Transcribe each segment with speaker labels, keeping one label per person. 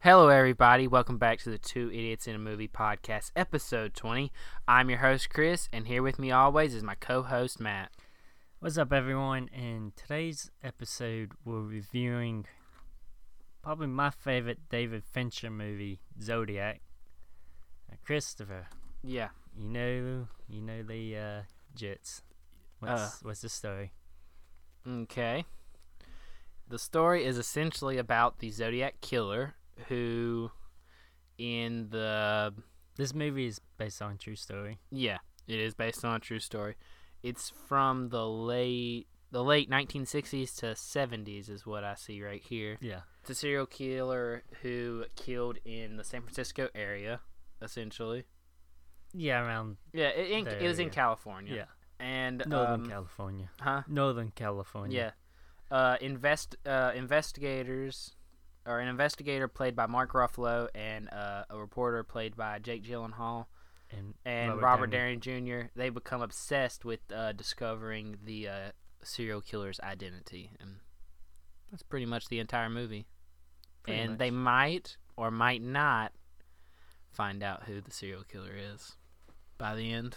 Speaker 1: Hello, everybody. Welcome back to the Two Idiots in a Movie podcast, episode 20. I'm your host, Chris, and here with me always is my co host, Matt.
Speaker 2: What's up, everyone? In today's episode, we're reviewing probably my favorite David Fincher movie, Zodiac. Uh, Christopher,
Speaker 1: Yeah.
Speaker 2: you know, you know the uh, Jits. What's
Speaker 1: Uh.
Speaker 2: what's the story?
Speaker 1: Okay. The story is essentially about the Zodiac Killer who, in the.
Speaker 2: This movie is based on a true story.
Speaker 1: Yeah, it is based on a true story. It's from the late. The late 1960s to 70s is what I see right here.
Speaker 2: Yeah,
Speaker 1: It's a serial killer who killed in the San Francisco area, essentially.
Speaker 2: yeah, around
Speaker 1: Yeah, it, in, it was in
Speaker 2: There.
Speaker 1: California.
Speaker 2: Yeah.
Speaker 1: and
Speaker 2: Northern
Speaker 1: um,
Speaker 2: California.
Speaker 1: huh?
Speaker 2: Northern California.
Speaker 1: Yeah, uh, invest uh, investigators, or an investigator played by Mark Ruffalo and uh, a reporter played by Jake Gyllenhaal
Speaker 2: and
Speaker 1: and Robert, Downey Jr. They become obsessed with uh, discovering the uh, serial killer's identity, and that's pretty much the entire movie.
Speaker 2: Pretty
Speaker 1: and
Speaker 2: much.
Speaker 1: they might or might not find out who the serial killer is by the end.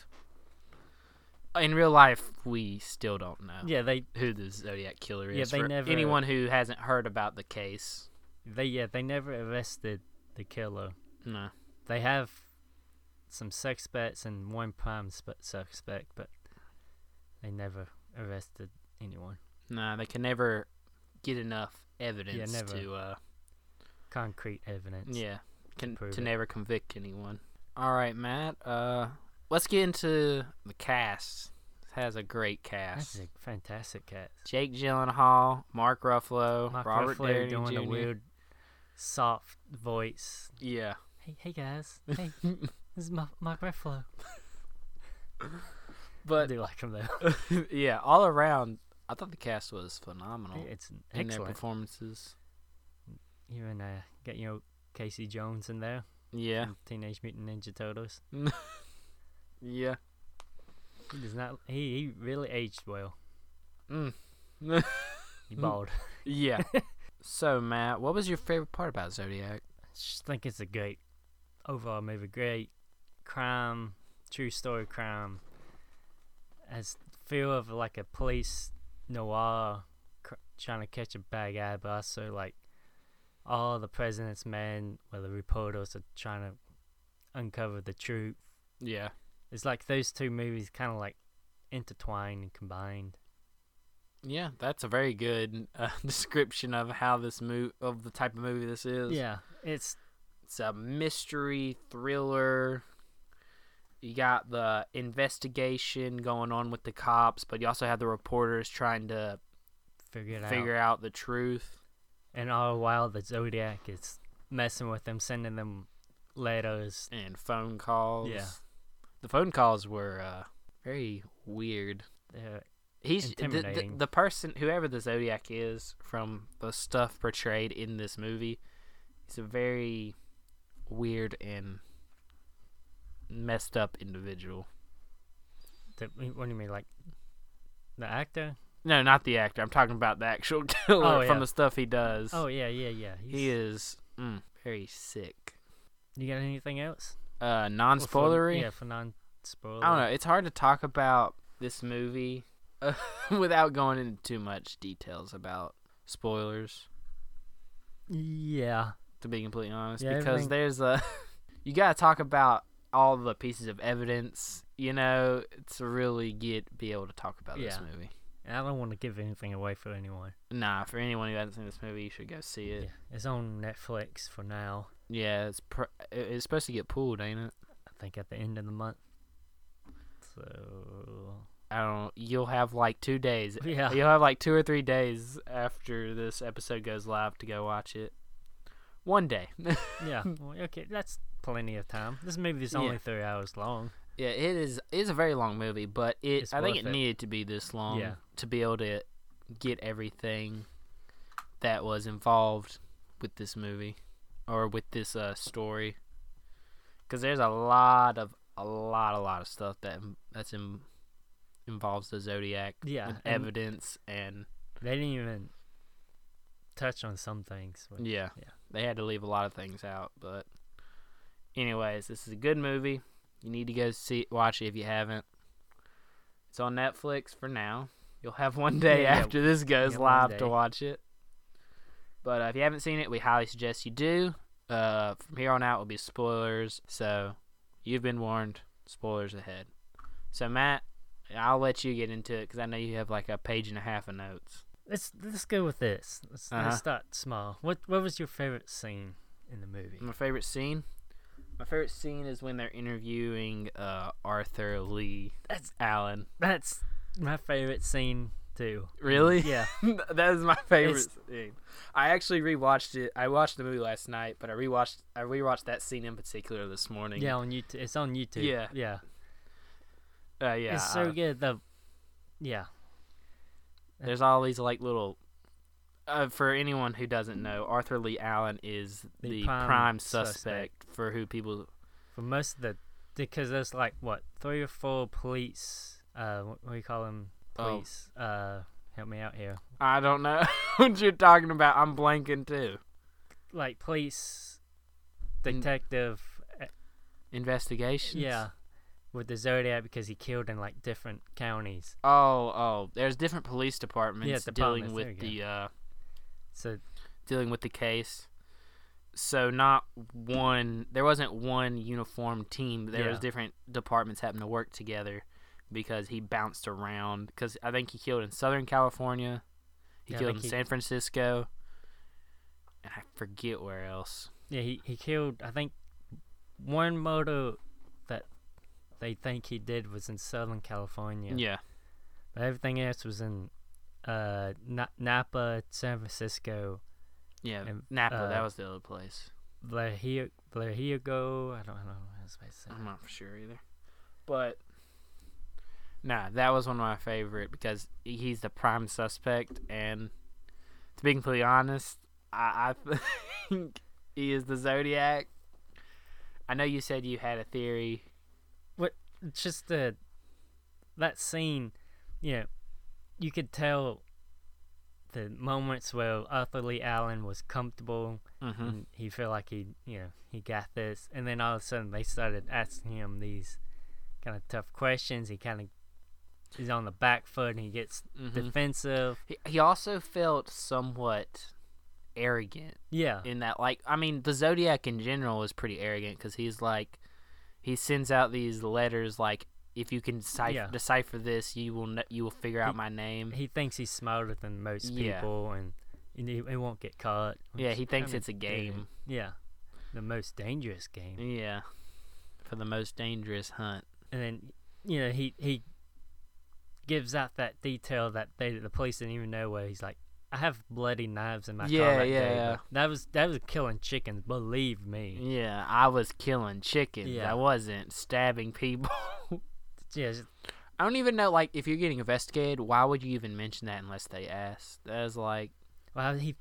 Speaker 1: In real life, we still don't know
Speaker 2: Yeah, they
Speaker 1: who the Zodiac killer is.
Speaker 2: Yeah, they
Speaker 1: for
Speaker 2: never-
Speaker 1: anyone who hasn't heard about the case,
Speaker 2: they yeah they never arrested the killer.
Speaker 1: no,
Speaker 2: they have some suspects and one prime sp- suspect, but they never arrested anyone.
Speaker 1: no, they can never get enough evidence
Speaker 2: never.
Speaker 1: to uh,
Speaker 2: Concrete evidence.
Speaker 1: Yeah, can,
Speaker 2: prove
Speaker 1: to
Speaker 2: it.
Speaker 1: never convict anyone. All right, Matt. Uh, let's get into the cast. This has a great
Speaker 2: That's
Speaker 1: cast.
Speaker 2: a fantastic cat.
Speaker 1: Jake Gyllenhaal, Mark Ruffalo,
Speaker 2: Mark
Speaker 1: Robert
Speaker 2: Ruffalo
Speaker 1: Downey
Speaker 2: doing a
Speaker 1: Jr..
Speaker 2: weird, soft voice.
Speaker 1: Yeah,
Speaker 2: Hey, hey guys. Hey, this is Mark, Mark Ruffalo. I
Speaker 1: but
Speaker 2: do like him though.
Speaker 1: yeah, all around, I thought the cast was phenomenal
Speaker 2: it's an
Speaker 1: in their
Speaker 2: excellent.
Speaker 1: performances.
Speaker 2: You and uh, get you know Casey Jones in there.
Speaker 1: Yeah,
Speaker 2: from Teenage Mutant Ninja Turtles.
Speaker 1: yeah.
Speaker 2: He does not. He, he really aged well.
Speaker 1: Mm.
Speaker 2: He
Speaker 1: Mm.
Speaker 2: bald.
Speaker 1: Yeah. so, Matt, what was your favorite part about Zodiac?
Speaker 2: just think it's a great overall movie. Great crime, true story crime. Has feel of like a police noir cr- trying to catch a bad guy, but also like all the president's men, where the reporters are trying to uncover the truth.
Speaker 1: Yeah.
Speaker 2: It's like those two movies kind of like intertwined and combined.
Speaker 1: Yeah, that's a very good uh, description of how this move of the type of movie this is.
Speaker 2: Yeah, it's
Speaker 1: it's a mystery thriller. You got the investigation going on with the cops, but you also have the reporters trying to
Speaker 2: figured out.
Speaker 1: figure out the truth.
Speaker 2: And all the while, the Zodiac is messing with them, sending them letters.
Speaker 1: and phone calls.
Speaker 2: Yeah.
Speaker 1: the phone calls were uh, very weird.
Speaker 2: They're
Speaker 1: He's the, the,
Speaker 2: Intimidating.
Speaker 1: the person, whoever the Zodiac is, from the stuff portrayed in this movie. He's a very weird and messed up individual.
Speaker 2: The, what do you mean, like the actor?
Speaker 1: No, not the actor. I'm talking about the actual killer
Speaker 2: Oh,
Speaker 1: from
Speaker 2: yeah.
Speaker 1: the stuff he does.
Speaker 2: Oh yeah, yeah, yeah. He's,
Speaker 1: he is mm, very sick.
Speaker 2: You got anything else?
Speaker 1: Uh, non
Speaker 2: Or for-
Speaker 1: spoilery.
Speaker 2: Yeah, for non-spoiler.
Speaker 1: I don't know. It's hard to talk about this movie uh, without going into too much details about spoilers.
Speaker 2: Yeah,
Speaker 1: To be completely honest,
Speaker 2: Yeah,
Speaker 1: because
Speaker 2: everything-
Speaker 1: there's a you gotta talk about all the pieces of evidence. You know, to really get be able to talk about this
Speaker 2: Yeah.
Speaker 1: movie.
Speaker 2: and I don't want to give anything away for anyone.
Speaker 1: Nah, for anyone who hasn't seen this movie, you should go see
Speaker 2: Yeah,
Speaker 1: it.
Speaker 2: it's on Netflix for now.
Speaker 1: Yeah, it's pr- it- it's supposed to get pulled, ain't it?
Speaker 2: I think at the end of the month. So
Speaker 1: I don't. You'll have like two days.
Speaker 2: yeah,
Speaker 1: You'll have like two or three days after this episode goes live to go watch it. One day.
Speaker 2: yeah. Well, okay, that's plenty of time. This movie's
Speaker 1: Yeah.
Speaker 2: only three hours long.
Speaker 1: Yeah, it is. It's a very long movie, but it.
Speaker 2: It's
Speaker 1: I think it,
Speaker 2: worth it.
Speaker 1: needed to be this long
Speaker 2: Yeah.
Speaker 1: to be able to get everything that was involved with this movie or with this uh, story. Because there's a lot of a lot a lot of stuff that that's in, involves the Zodiac
Speaker 2: Yeah,
Speaker 1: with
Speaker 2: and-
Speaker 1: evidence and
Speaker 2: They didn't even touched on some things. but-
Speaker 1: Yeah.
Speaker 2: Yeah.
Speaker 1: They had to leave a lot of things out, but anyways, this is a good movie. You need to go see watch it if you haven't. It's on Netflix for now. You'll have one day
Speaker 2: Yeah, yeah.
Speaker 1: after this goes
Speaker 2: Yeah, one
Speaker 1: live
Speaker 2: day.
Speaker 1: to watch it. But uh, if you haven't seen it, we highly suggest you do. Uh, from here on out will be spoilers, so you've been warned. Spoilers ahead. So Matt, I'll let you get into it because I know you have like a page and a half of notes.
Speaker 2: Let's let's go with this. Let's,
Speaker 1: Uh-huh.
Speaker 2: let's start small. What what was your favorite scene in the movie?
Speaker 1: My favorite scene. My favorite scene is when they're interviewing uh, Arthur Lee
Speaker 2: That's
Speaker 1: Allen.
Speaker 2: that's my favorite scene too.
Speaker 1: Really?
Speaker 2: Yeah.
Speaker 1: that is my favorite
Speaker 2: It's-
Speaker 1: scene. I actually rewatched it. I watched the movie last night, but I rewatched I rewatched that scene in particular this morning.
Speaker 2: Yeah, on YouTube. It's on YouTube.
Speaker 1: Yeah.
Speaker 2: Yeah.
Speaker 1: uh, yeah.
Speaker 2: It's so
Speaker 1: uh,
Speaker 2: good. The yeah.
Speaker 1: There's all these like little. Uh, for anyone who doesn't know, Arthur Lee Allen is
Speaker 2: The
Speaker 1: the,
Speaker 2: prime
Speaker 1: prime, suspect, for who people.
Speaker 2: For most of the because there's like what three or four police. Uh, what what do you call them?
Speaker 1: Oh.
Speaker 2: Police. Uh, help me out here.
Speaker 1: I don't know what you're talking about. I'm blanking too.
Speaker 2: Like police
Speaker 1: Mm.
Speaker 2: detective. uh,
Speaker 1: Investigations.
Speaker 2: Yeah. With the Zodiac because he killed in like different counties.
Speaker 1: Oh, oh, there's different police departments,
Speaker 2: departments,
Speaker 1: dealing
Speaker 2: there
Speaker 1: with
Speaker 2: you
Speaker 1: the uh,
Speaker 2: So
Speaker 1: dealing with the case. So not one, there wasn't one uniform team. There was
Speaker 2: Yeah.
Speaker 1: different departments having to work together because he bounced around. Because I think he killed in Southern California, he
Speaker 2: Yeah, I
Speaker 1: killed
Speaker 2: think
Speaker 1: in
Speaker 2: he-
Speaker 1: San Francisco, and I forget where else.
Speaker 2: yeah, he, he killed. I think one murder that they think he did was in Southern California.
Speaker 1: Yeah,
Speaker 2: But everything else was in uh, Na- Napa, San Francisco,
Speaker 1: yeah,
Speaker 2: And,
Speaker 1: Napa.
Speaker 2: uh,
Speaker 1: that was the other place.
Speaker 2: Vallejo. Vallejo. I don't, I don't know how to say it.
Speaker 1: I'm not for sure either. But nah, that was one of my favorite because he's the prime suspect, and to be completely honest, I, I think he is the Zodiac. I know you said you had a theory.
Speaker 2: It's just the that scene. You know, you could tell the moments where Arthur Lee Allen was comfortable
Speaker 1: Mm-hmm.
Speaker 2: and he felt like he, you know, he got this, and then all of a sudden they started asking him these kind of tough questions. He kind of he's on the back foot and he gets
Speaker 1: Mm-hmm.
Speaker 2: defensive.
Speaker 1: He, he also felt somewhat arrogant
Speaker 2: Yeah,
Speaker 1: in that, like, I mean, the Zodiac in general is pretty arrogant because he's like, he sends out these letters like, if you can cipher,
Speaker 2: Yeah.
Speaker 1: decipher this, you will kn- you will figure out
Speaker 2: He-
Speaker 1: my name.
Speaker 2: he thinks he's smarter than most
Speaker 1: Yeah.
Speaker 2: people, and and he, he won't get caught.
Speaker 1: Yeah,
Speaker 2: which,
Speaker 1: he
Speaker 2: I
Speaker 1: thinks
Speaker 2: mean,
Speaker 1: it's a game.
Speaker 2: Yeah, the most dangerous game.
Speaker 1: Yeah. For the most dangerous hunt.
Speaker 2: And then you know he he gives out that detail that they the police didn't even know where he's like. I have bloody knives in my car
Speaker 1: Yeah,
Speaker 2: that day.
Speaker 1: yeah.
Speaker 2: but That was that was killing chickens. Believe me.
Speaker 1: Yeah, I was killing chickens.
Speaker 2: Yeah.
Speaker 1: I wasn't stabbing people.
Speaker 2: Yeah, it's-
Speaker 1: I don't even know, like, if you're getting investigated, why would you even mention that unless they ask? That's like,
Speaker 2: well, he,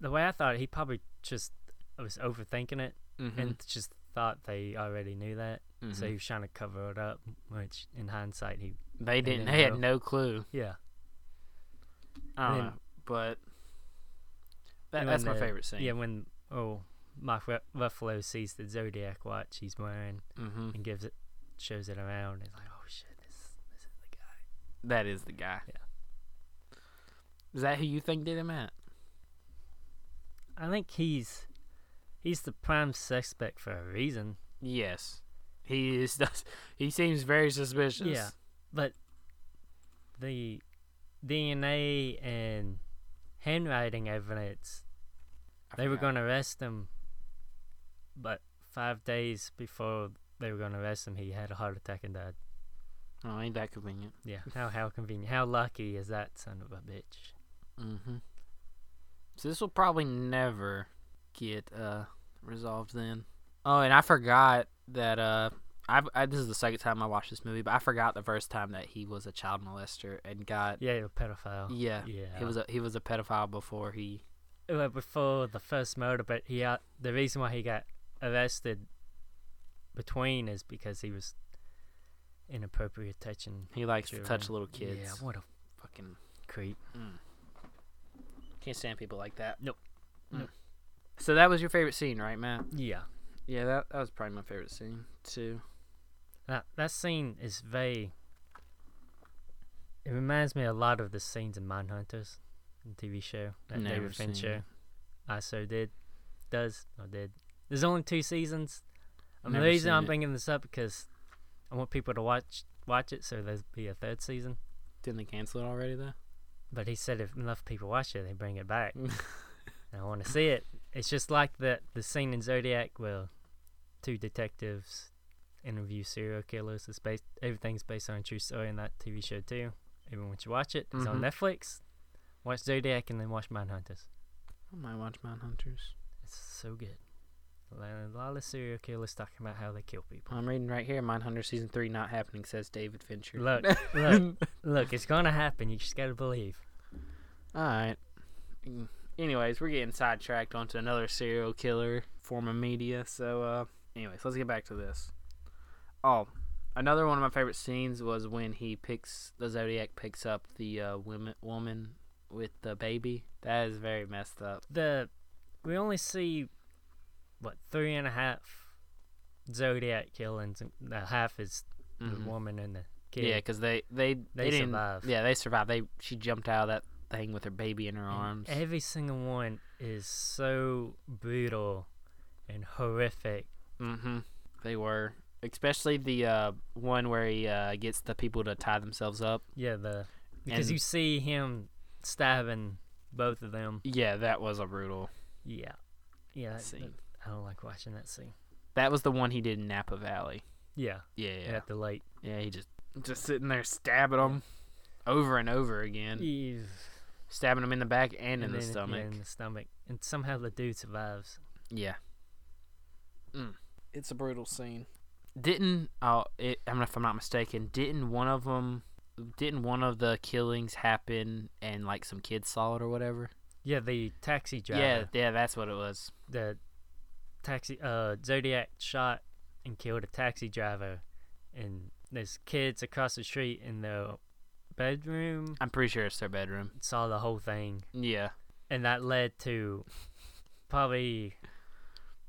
Speaker 2: the way I thought, it, he probably just was overthinking it
Speaker 1: mhm,
Speaker 2: and just thought they already knew that, so
Speaker 1: mhm.
Speaker 2: he was trying to cover it up. Which, in hindsight, he,
Speaker 1: they didn't,
Speaker 2: didn't
Speaker 1: they had
Speaker 2: know.
Speaker 1: no clue.
Speaker 2: yeah,
Speaker 1: I don't
Speaker 2: And then-
Speaker 1: know, but that,
Speaker 2: and
Speaker 1: that's
Speaker 2: when
Speaker 1: my
Speaker 2: the-
Speaker 1: favorite scene.
Speaker 2: yeah. When oh, Mark Ru- Ruffalo sees the Zodiac watch he's wearing
Speaker 1: hmm
Speaker 2: and gives it, shows it around, and he's like, oh shit, this, this is the guy.
Speaker 1: That is the guy.
Speaker 2: Yeah.
Speaker 1: Is that who you think did him at?
Speaker 2: I think he's, he's the prime suspect for a reason.
Speaker 1: Yes. He is, does, he seems very suspicious.
Speaker 2: Yeah, but the DNA and handwriting evidence,
Speaker 1: I
Speaker 2: they were
Speaker 1: forgot.
Speaker 2: going to arrest him, but five days before they were going to arrest him, he had a heart attack and died.
Speaker 1: Oh, ain't that convenient.
Speaker 2: Yeah, how how convenient. How lucky is that son of a bitch?
Speaker 1: Mm-hmm. So this will probably never get uh resolved then. Oh, and I forgot that uh I've, I this is the second time I watched this movie, but I forgot the first time that he was a child molester and got
Speaker 2: Yeah, a pedophile.
Speaker 1: yeah,
Speaker 2: Yeah,
Speaker 1: he was a he was a pedophile before he
Speaker 2: It was before the first murder, but he uh, the reason why he got arrested between is because he was inappropriate touching
Speaker 1: he likes to touch
Speaker 2: children.
Speaker 1: little kids.
Speaker 2: Yeah, what a
Speaker 1: Fucking
Speaker 2: creep.
Speaker 1: mm. Can't stand people like that.
Speaker 2: Nope.
Speaker 1: Mm.
Speaker 2: Nope.
Speaker 1: So that was your favorite scene, right, Matt?
Speaker 2: Yeah.
Speaker 1: Yeah, that, that was probably my favorite scene too.
Speaker 2: That that scene is very. It reminds me a lot of the scenes in Manhunters, the TV show that
Speaker 1: Never
Speaker 2: David
Speaker 1: seen
Speaker 2: Fincher, I so did, does or did. There's only two seasons. And the
Speaker 1: Never
Speaker 2: reason
Speaker 1: seen
Speaker 2: I'm
Speaker 1: it.
Speaker 2: bringing this up because I want people to watch watch it, so there'll be a third season.
Speaker 1: Didn't they cancel it already though?
Speaker 2: But he said if enough people watch it, they bring it back. And I want to see it. It's just like the the scene in Zodiac where two detectives interview serial killers. It's based everything's based on a true story in that TV show too. Everyone should watch it. It's on
Speaker 1: Mhm.
Speaker 2: Netflix. Watch Zodiac and then watch Manhunters.
Speaker 1: I might watch Manhunters.
Speaker 2: It's so good. A lot of serial killers talking about how they kill people.
Speaker 1: I'm reading right here. Manhunter season three not happening says David Fincher.
Speaker 2: Look, look, look! It's gonna happen. You just gotta believe.
Speaker 1: All right. Mm. Anyways, we're getting sidetracked onto another serial killer form of media. So, uh, anyways, let's get back to this. Oh, another one of my favorite scenes was when he picks the Zodiac picks up the uh, women woman with the baby. That is very messed up.
Speaker 2: The we only see what three and a half Zodiac killings. and The half is the
Speaker 1: Mhm.
Speaker 2: woman and the Mm-hmm. kid.
Speaker 1: Yeah, because they they
Speaker 2: They
Speaker 1: they, didn't.
Speaker 2: survive.
Speaker 1: Yeah, they survived. They she jumped out of that thing with her baby in her
Speaker 2: And
Speaker 1: arms.
Speaker 2: Every single one is so brutal and horrific.
Speaker 1: Mm-hmm. They were, especially the uh, one where he uh, gets the people to tie themselves up.
Speaker 2: Yeah, the because
Speaker 1: And-
Speaker 2: you see him stabbing both of them.
Speaker 1: Yeah, that was a brutal
Speaker 2: Yeah, yeah. that-
Speaker 1: scene.
Speaker 2: that- I don't like watching that scene.
Speaker 1: That was the one he did in Napa Valley.
Speaker 2: Yeah,
Speaker 1: Yeah, yeah,
Speaker 2: at the lake.
Speaker 1: yeah. He just just sitting there stabbing them over and over again,
Speaker 2: Eve.
Speaker 1: stabbing them in the back and, in the
Speaker 2: then, yeah,
Speaker 1: stomach.
Speaker 2: in the stomach, and somehow the dude survives.
Speaker 1: Yeah. Mm. It's a brutal scene. Didn't oh, it, I mean, if I'm not mistaken, didn't one of them, didn't one of the killings happen and like some kids saw it or whatever?
Speaker 2: Yeah, the taxi driver.
Speaker 1: Yeah, yeah, that's what it was.
Speaker 2: the taxi uh Zodiac shot and killed a taxi driver and there's kids across the street in their bedroom
Speaker 1: I'm pretty sure it's their bedroom.
Speaker 2: saw the whole thing
Speaker 1: Yeah.
Speaker 2: and that led to probably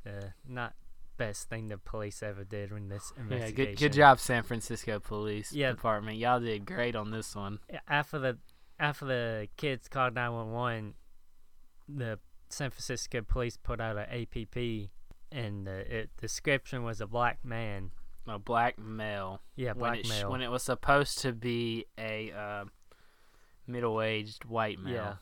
Speaker 2: the not best thing the police ever did in this
Speaker 1: Yeah.
Speaker 2: investigation.
Speaker 1: Good. Good job, San Francisco Police
Speaker 2: Yeah.
Speaker 1: Department. Y'all did great on this one.
Speaker 2: After the after the kids called 911 the San Francisco police put out an APP and the it, description was a black man
Speaker 1: A black male.
Speaker 2: Yeah,
Speaker 1: When it, sh-
Speaker 2: blackmail.
Speaker 1: when it was supposed to be a uh, middle-aged white male.
Speaker 2: yeah.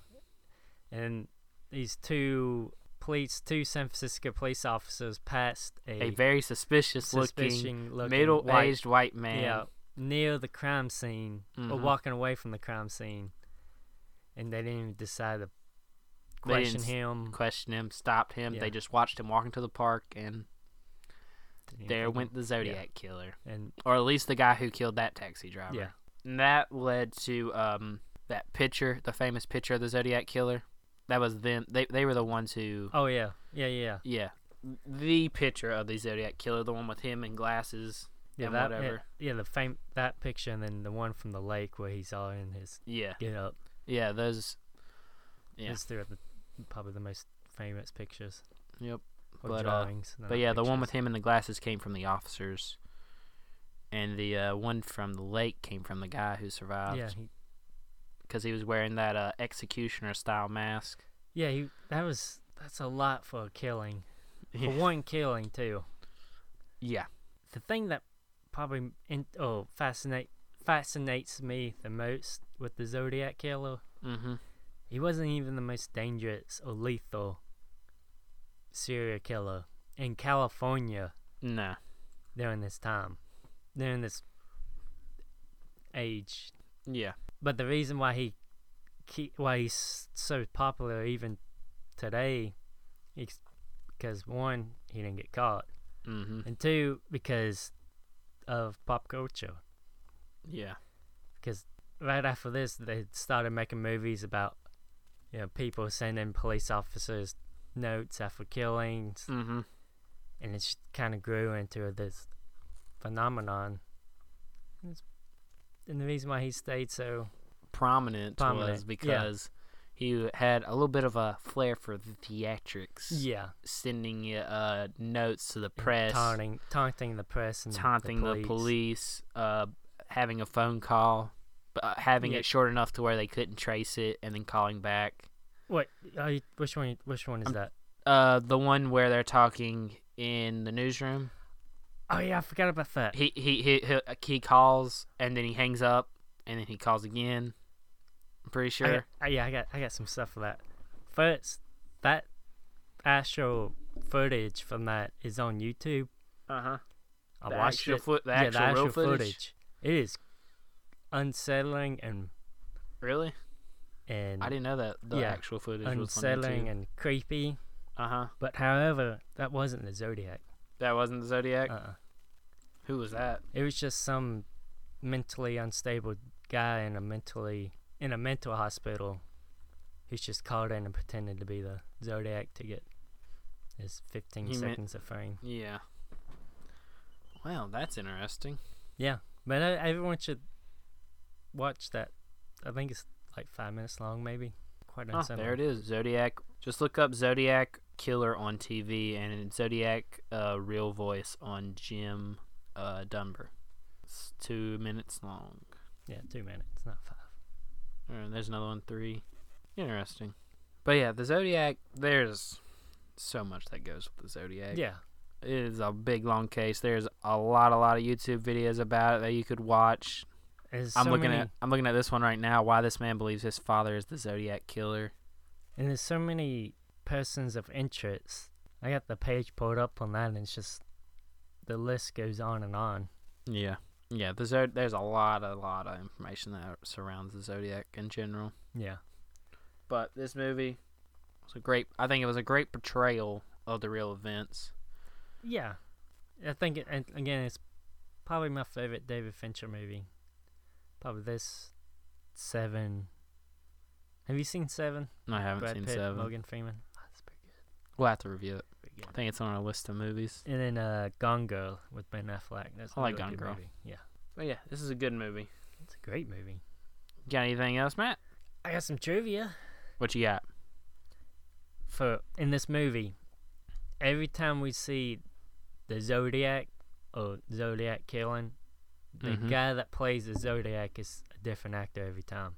Speaker 2: And these two police, two San Francisco police officers passed
Speaker 1: A
Speaker 2: a,
Speaker 1: very suspicious-looking
Speaker 2: suspicion looking
Speaker 1: middle-aged white, man.
Speaker 2: yeah, near the crime scene or
Speaker 1: Mhm.
Speaker 2: walking away from the crime scene. And they didn't even decide to
Speaker 1: They didn't
Speaker 2: question
Speaker 1: s-
Speaker 2: him.
Speaker 1: Questioned him, stopped him.
Speaker 2: Yeah.
Speaker 1: They just watched him walking to the park, and
Speaker 2: Didn't even
Speaker 1: there
Speaker 2: think
Speaker 1: went
Speaker 2: of-
Speaker 1: the Zodiac killer,
Speaker 2: and
Speaker 1: or at least the guy who killed that taxi driver.
Speaker 2: yeah,
Speaker 1: And that led to um, that picture, the famous picture of the Zodiac killer. That was them. They they were the ones who.
Speaker 2: oh yeah, yeah, yeah,
Speaker 1: Yeah, the picture of the Zodiac killer, the one with him and glasses.
Speaker 2: yeah.
Speaker 1: And
Speaker 2: that,
Speaker 1: whatever.
Speaker 2: Yeah, the fame that picture, and then the one from the lake where he's all in his
Speaker 1: Yeah,
Speaker 2: get up.
Speaker 1: yeah, those. Yeah.
Speaker 2: Those two are the, probably the most famous pictures.
Speaker 1: Yep.
Speaker 2: or
Speaker 1: But, uh,
Speaker 2: drawings. not
Speaker 1: But yeah, the one with
Speaker 2: pictures.
Speaker 1: him and the glasses came from the officers, and the uh, one from the lake came from the guy who
Speaker 2: Yeah,
Speaker 1: survived
Speaker 2: he,
Speaker 1: because he was wearing that uh, executioner style mask.
Speaker 2: yeah, he, that was that's a lot for a killing.
Speaker 1: Yeah.
Speaker 2: For one killing too.
Speaker 1: Yeah.
Speaker 2: The thing that probably in, oh fascinate fascinates me the most with the Zodiac killer,
Speaker 1: Mm-hmm.
Speaker 2: he wasn't even the most dangerous or lethal serial killer in California
Speaker 1: No.
Speaker 2: during this time, during this age
Speaker 1: Yeah.
Speaker 2: But the reason why he, ke why he's so popular even today, is because one, he didn't get caught,
Speaker 1: Mm-hmm.
Speaker 2: and two, because of pop culture.
Speaker 1: Yeah.
Speaker 2: Because right after this, they started making movies about, you know, people sending police officers notes after killings,
Speaker 1: Mm-hmm.
Speaker 2: and it kind of grew into this phenomenon. And it's- And the reason why he stayed so
Speaker 1: prominent,
Speaker 2: Prominent,
Speaker 1: was
Speaker 2: yeah.
Speaker 1: because He had a little bit of a flair for the theatrics.
Speaker 2: Yeah.
Speaker 1: Sending uh, notes to the press,
Speaker 2: Taunting, taunting the press and
Speaker 1: taunting the police, uh, having a phone call, but uh, having
Speaker 2: Yeah.
Speaker 1: it short enough to where they couldn't trace it, and then calling back.
Speaker 2: What? Are you, which one? Which one is that?
Speaker 1: Uh, the one where they're talking in the newsroom.
Speaker 2: Oh yeah, I forgot about that.
Speaker 1: He he he he, he calls and then he hangs up and then he calls again. I'm pretty
Speaker 2: I
Speaker 1: sure.
Speaker 2: got- uh, yeah, I got I got some stuff for that. First, that actual footage from that is on YouTube.
Speaker 1: Uh huh.
Speaker 2: I
Speaker 1: The
Speaker 2: watched
Speaker 1: actual
Speaker 2: it.
Speaker 1: foot- the
Speaker 2: yeah,
Speaker 1: actual
Speaker 2: the
Speaker 1: real
Speaker 2: uh-huh. actual
Speaker 1: footage?
Speaker 2: It is unsettling and
Speaker 1: Really?
Speaker 2: and
Speaker 1: I didn't know that the
Speaker 2: Yeah.
Speaker 1: actual footage was on
Speaker 2: unsettling
Speaker 1: YouTube.
Speaker 2: and creepy.
Speaker 1: Uh huh.
Speaker 2: But however, that wasn't the Zodiac.
Speaker 1: That wasn't the Zodiac.
Speaker 2: Uh-uh.
Speaker 1: Who was that?
Speaker 2: It was just some mentally unstable guy in a mentally in a mental hospital who's just called in and pretended to be the Zodiac to get his 15
Speaker 1: He meant-
Speaker 2: seconds of fame.
Speaker 1: Yeah. Wow, that's interesting.
Speaker 2: Yeah, but I, everyone should watch that. I think it's like five minutes long, maybe. Quite
Speaker 1: Oh,
Speaker 2: unsettling.
Speaker 1: there it is. Zodiac. Just look up Zodiac Killer on TV and it's Zodiac uh, Real Voice on Jim uh, Dunbar. It's two minutes long.
Speaker 2: Yeah, two minutes, not five.
Speaker 1: Or there's another one, three. Interesting. But yeah, the Zodiac, there's so much that goes with the Zodiac.
Speaker 2: Yeah,
Speaker 1: It is a big, long case. There's a lot, a lot of YouTube videos about it that you could watch.
Speaker 2: there's
Speaker 1: I'm
Speaker 2: so
Speaker 1: looking
Speaker 2: many,
Speaker 1: at I'm looking at this one right now. Why this man believes his father is the Zodiac killer.
Speaker 2: and there's so many persons of interest. I got the page pulled up on that, and it's just the list goes on and on.
Speaker 1: Yeah, yeah. The Zod- there's a lot, a lot of information that surrounds the Zodiac in general.
Speaker 2: Yeah,
Speaker 1: But this movie was a great. I think it was a great portrayal of the real events.
Speaker 2: yeah. I think, it, and again, it's probably my favorite David Fincher movie. Probably this Seven. Have you seen Seven?
Speaker 1: I haven't
Speaker 2: Brad
Speaker 1: seen
Speaker 2: Pitt,
Speaker 1: seven.
Speaker 2: Morgan Freeman. Oh, that's pretty good.
Speaker 1: We'll have to review it.
Speaker 2: Pretty good.
Speaker 1: I think it's on our list of movies.
Speaker 2: And then uh, Gone Girl with Ben Affleck. That's
Speaker 1: I like
Speaker 2: another
Speaker 1: Gone
Speaker 2: good
Speaker 1: Girl.
Speaker 2: Movie. Yeah,
Speaker 1: But yeah, this is a good movie.
Speaker 2: it's a great movie.
Speaker 1: Got anything else, Matt?
Speaker 2: I got some trivia
Speaker 1: What you got?
Speaker 2: for in this movie. Every time we see the Zodiac or Zodiac killing, the
Speaker 1: Mhm.
Speaker 2: guy that plays the Zodiac is a different actor every time.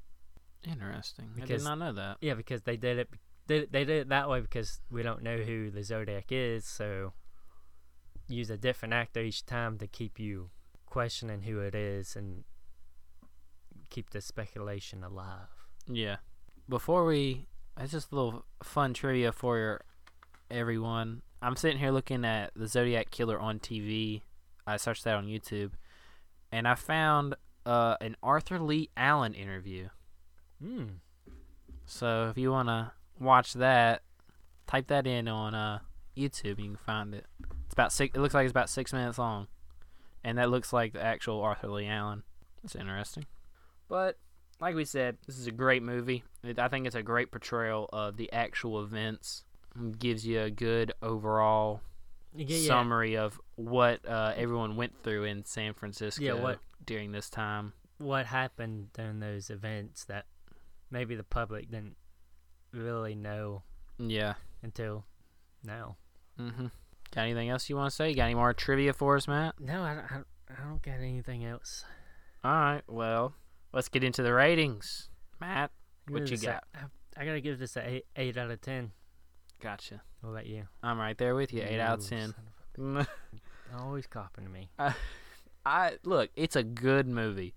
Speaker 1: Interesting. I did
Speaker 2: Because-
Speaker 1: not know that.
Speaker 2: Yeah, because they did it. They, they did it that way because we don't know who the Zodiac is, so use a different actor each time to keep you questioning who it is and keep the speculation alive.
Speaker 1: Yeah. Before we, it's just a little fun trivia for your, everyone. I'm sitting here looking at the Zodiac Killer on TV. I searched that on YouTube, and I found uh, an Arthur Lee Allen interview.
Speaker 2: Hmm.
Speaker 1: So if you wanna watch that, type that in on uh, YouTube. You can find it. It's about six. It looks like it's about six minutes long, and that looks like the actual Arthur Lee Allen. That's interesting. But like we said, this is a great movie. It, I think it's a great portrayal of the actual events. Gives you a good overall
Speaker 2: Yeah,
Speaker 1: summary of what uh, everyone went through in San Francisco
Speaker 2: what-
Speaker 1: during this time.
Speaker 2: What happened during those events that maybe the public didn't really know
Speaker 1: Yeah.
Speaker 2: until now?
Speaker 1: Mm-hmm. Got anything else you want to say? You got any more trivia for us, Matt?
Speaker 2: No, I don't, I don't, I don't got anything else.
Speaker 1: All right, well, let's get into the ratings. Matt,
Speaker 2: Give
Speaker 1: What
Speaker 2: this
Speaker 1: you
Speaker 2: a- I, I gotta give this a eight, eight out of ten.
Speaker 1: gotcha.
Speaker 2: What about you?
Speaker 1: I'm right there with you. Eight out of
Speaker 2: You
Speaker 1: ten.
Speaker 2: son of a- Always Oh, copping to me.
Speaker 1: I look. It's a good movie.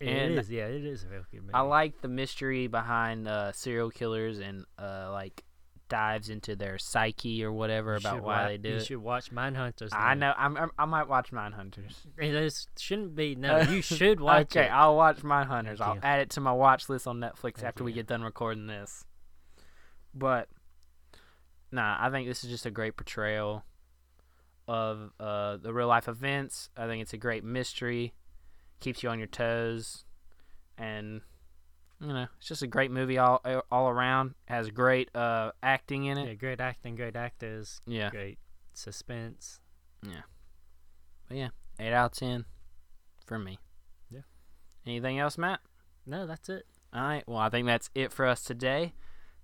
Speaker 1: And-
Speaker 2: it is, yeah, it is a real good movie.
Speaker 1: I like the mystery behind uh, serial killers and uh, like dives into their psyche or whatever
Speaker 2: You
Speaker 1: about
Speaker 2: should
Speaker 1: why
Speaker 2: wa-
Speaker 1: they do
Speaker 2: You
Speaker 1: it.
Speaker 2: should watch Mindhunters.
Speaker 1: I
Speaker 2: now.
Speaker 1: know. I'm, I'm, I might watch Mindhunters.
Speaker 2: It is, shouldn't be. No, you should watch
Speaker 1: okay,
Speaker 2: it.
Speaker 1: I'll watch Mindhunters.
Speaker 2: Thank
Speaker 1: I'll
Speaker 2: you.
Speaker 1: add it to my watch list on Netflix
Speaker 2: Thank
Speaker 1: after we
Speaker 2: you.
Speaker 1: get done recording this. But nah, I think this is just a great portrayal of uh, the real life events. I think it's a great mystery, keeps you on your toes, and you know it's just a great movie all all around. Has great uh, acting in
Speaker 2: Yeah,
Speaker 1: it.
Speaker 2: great acting, great actors,
Speaker 1: Yeah,
Speaker 2: great suspense.
Speaker 1: eight out of ten for me.
Speaker 2: Yeah.
Speaker 1: Anything else, Matt?
Speaker 2: No, that's it.
Speaker 1: All right. Well, I think that's it for us today.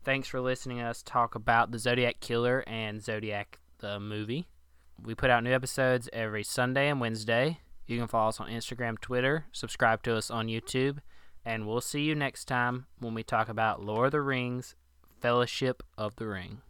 Speaker 1: Thanks for listening to us talk about the Zodiac Killer and Zodiac the movie. We put out new episodes every Sunday and Wednesday. You can follow us on Instagram, Twitter, subscribe to us on YouTube, and we'll see you next time when we talk about Lord of the Rings, Fellowship of the Ring.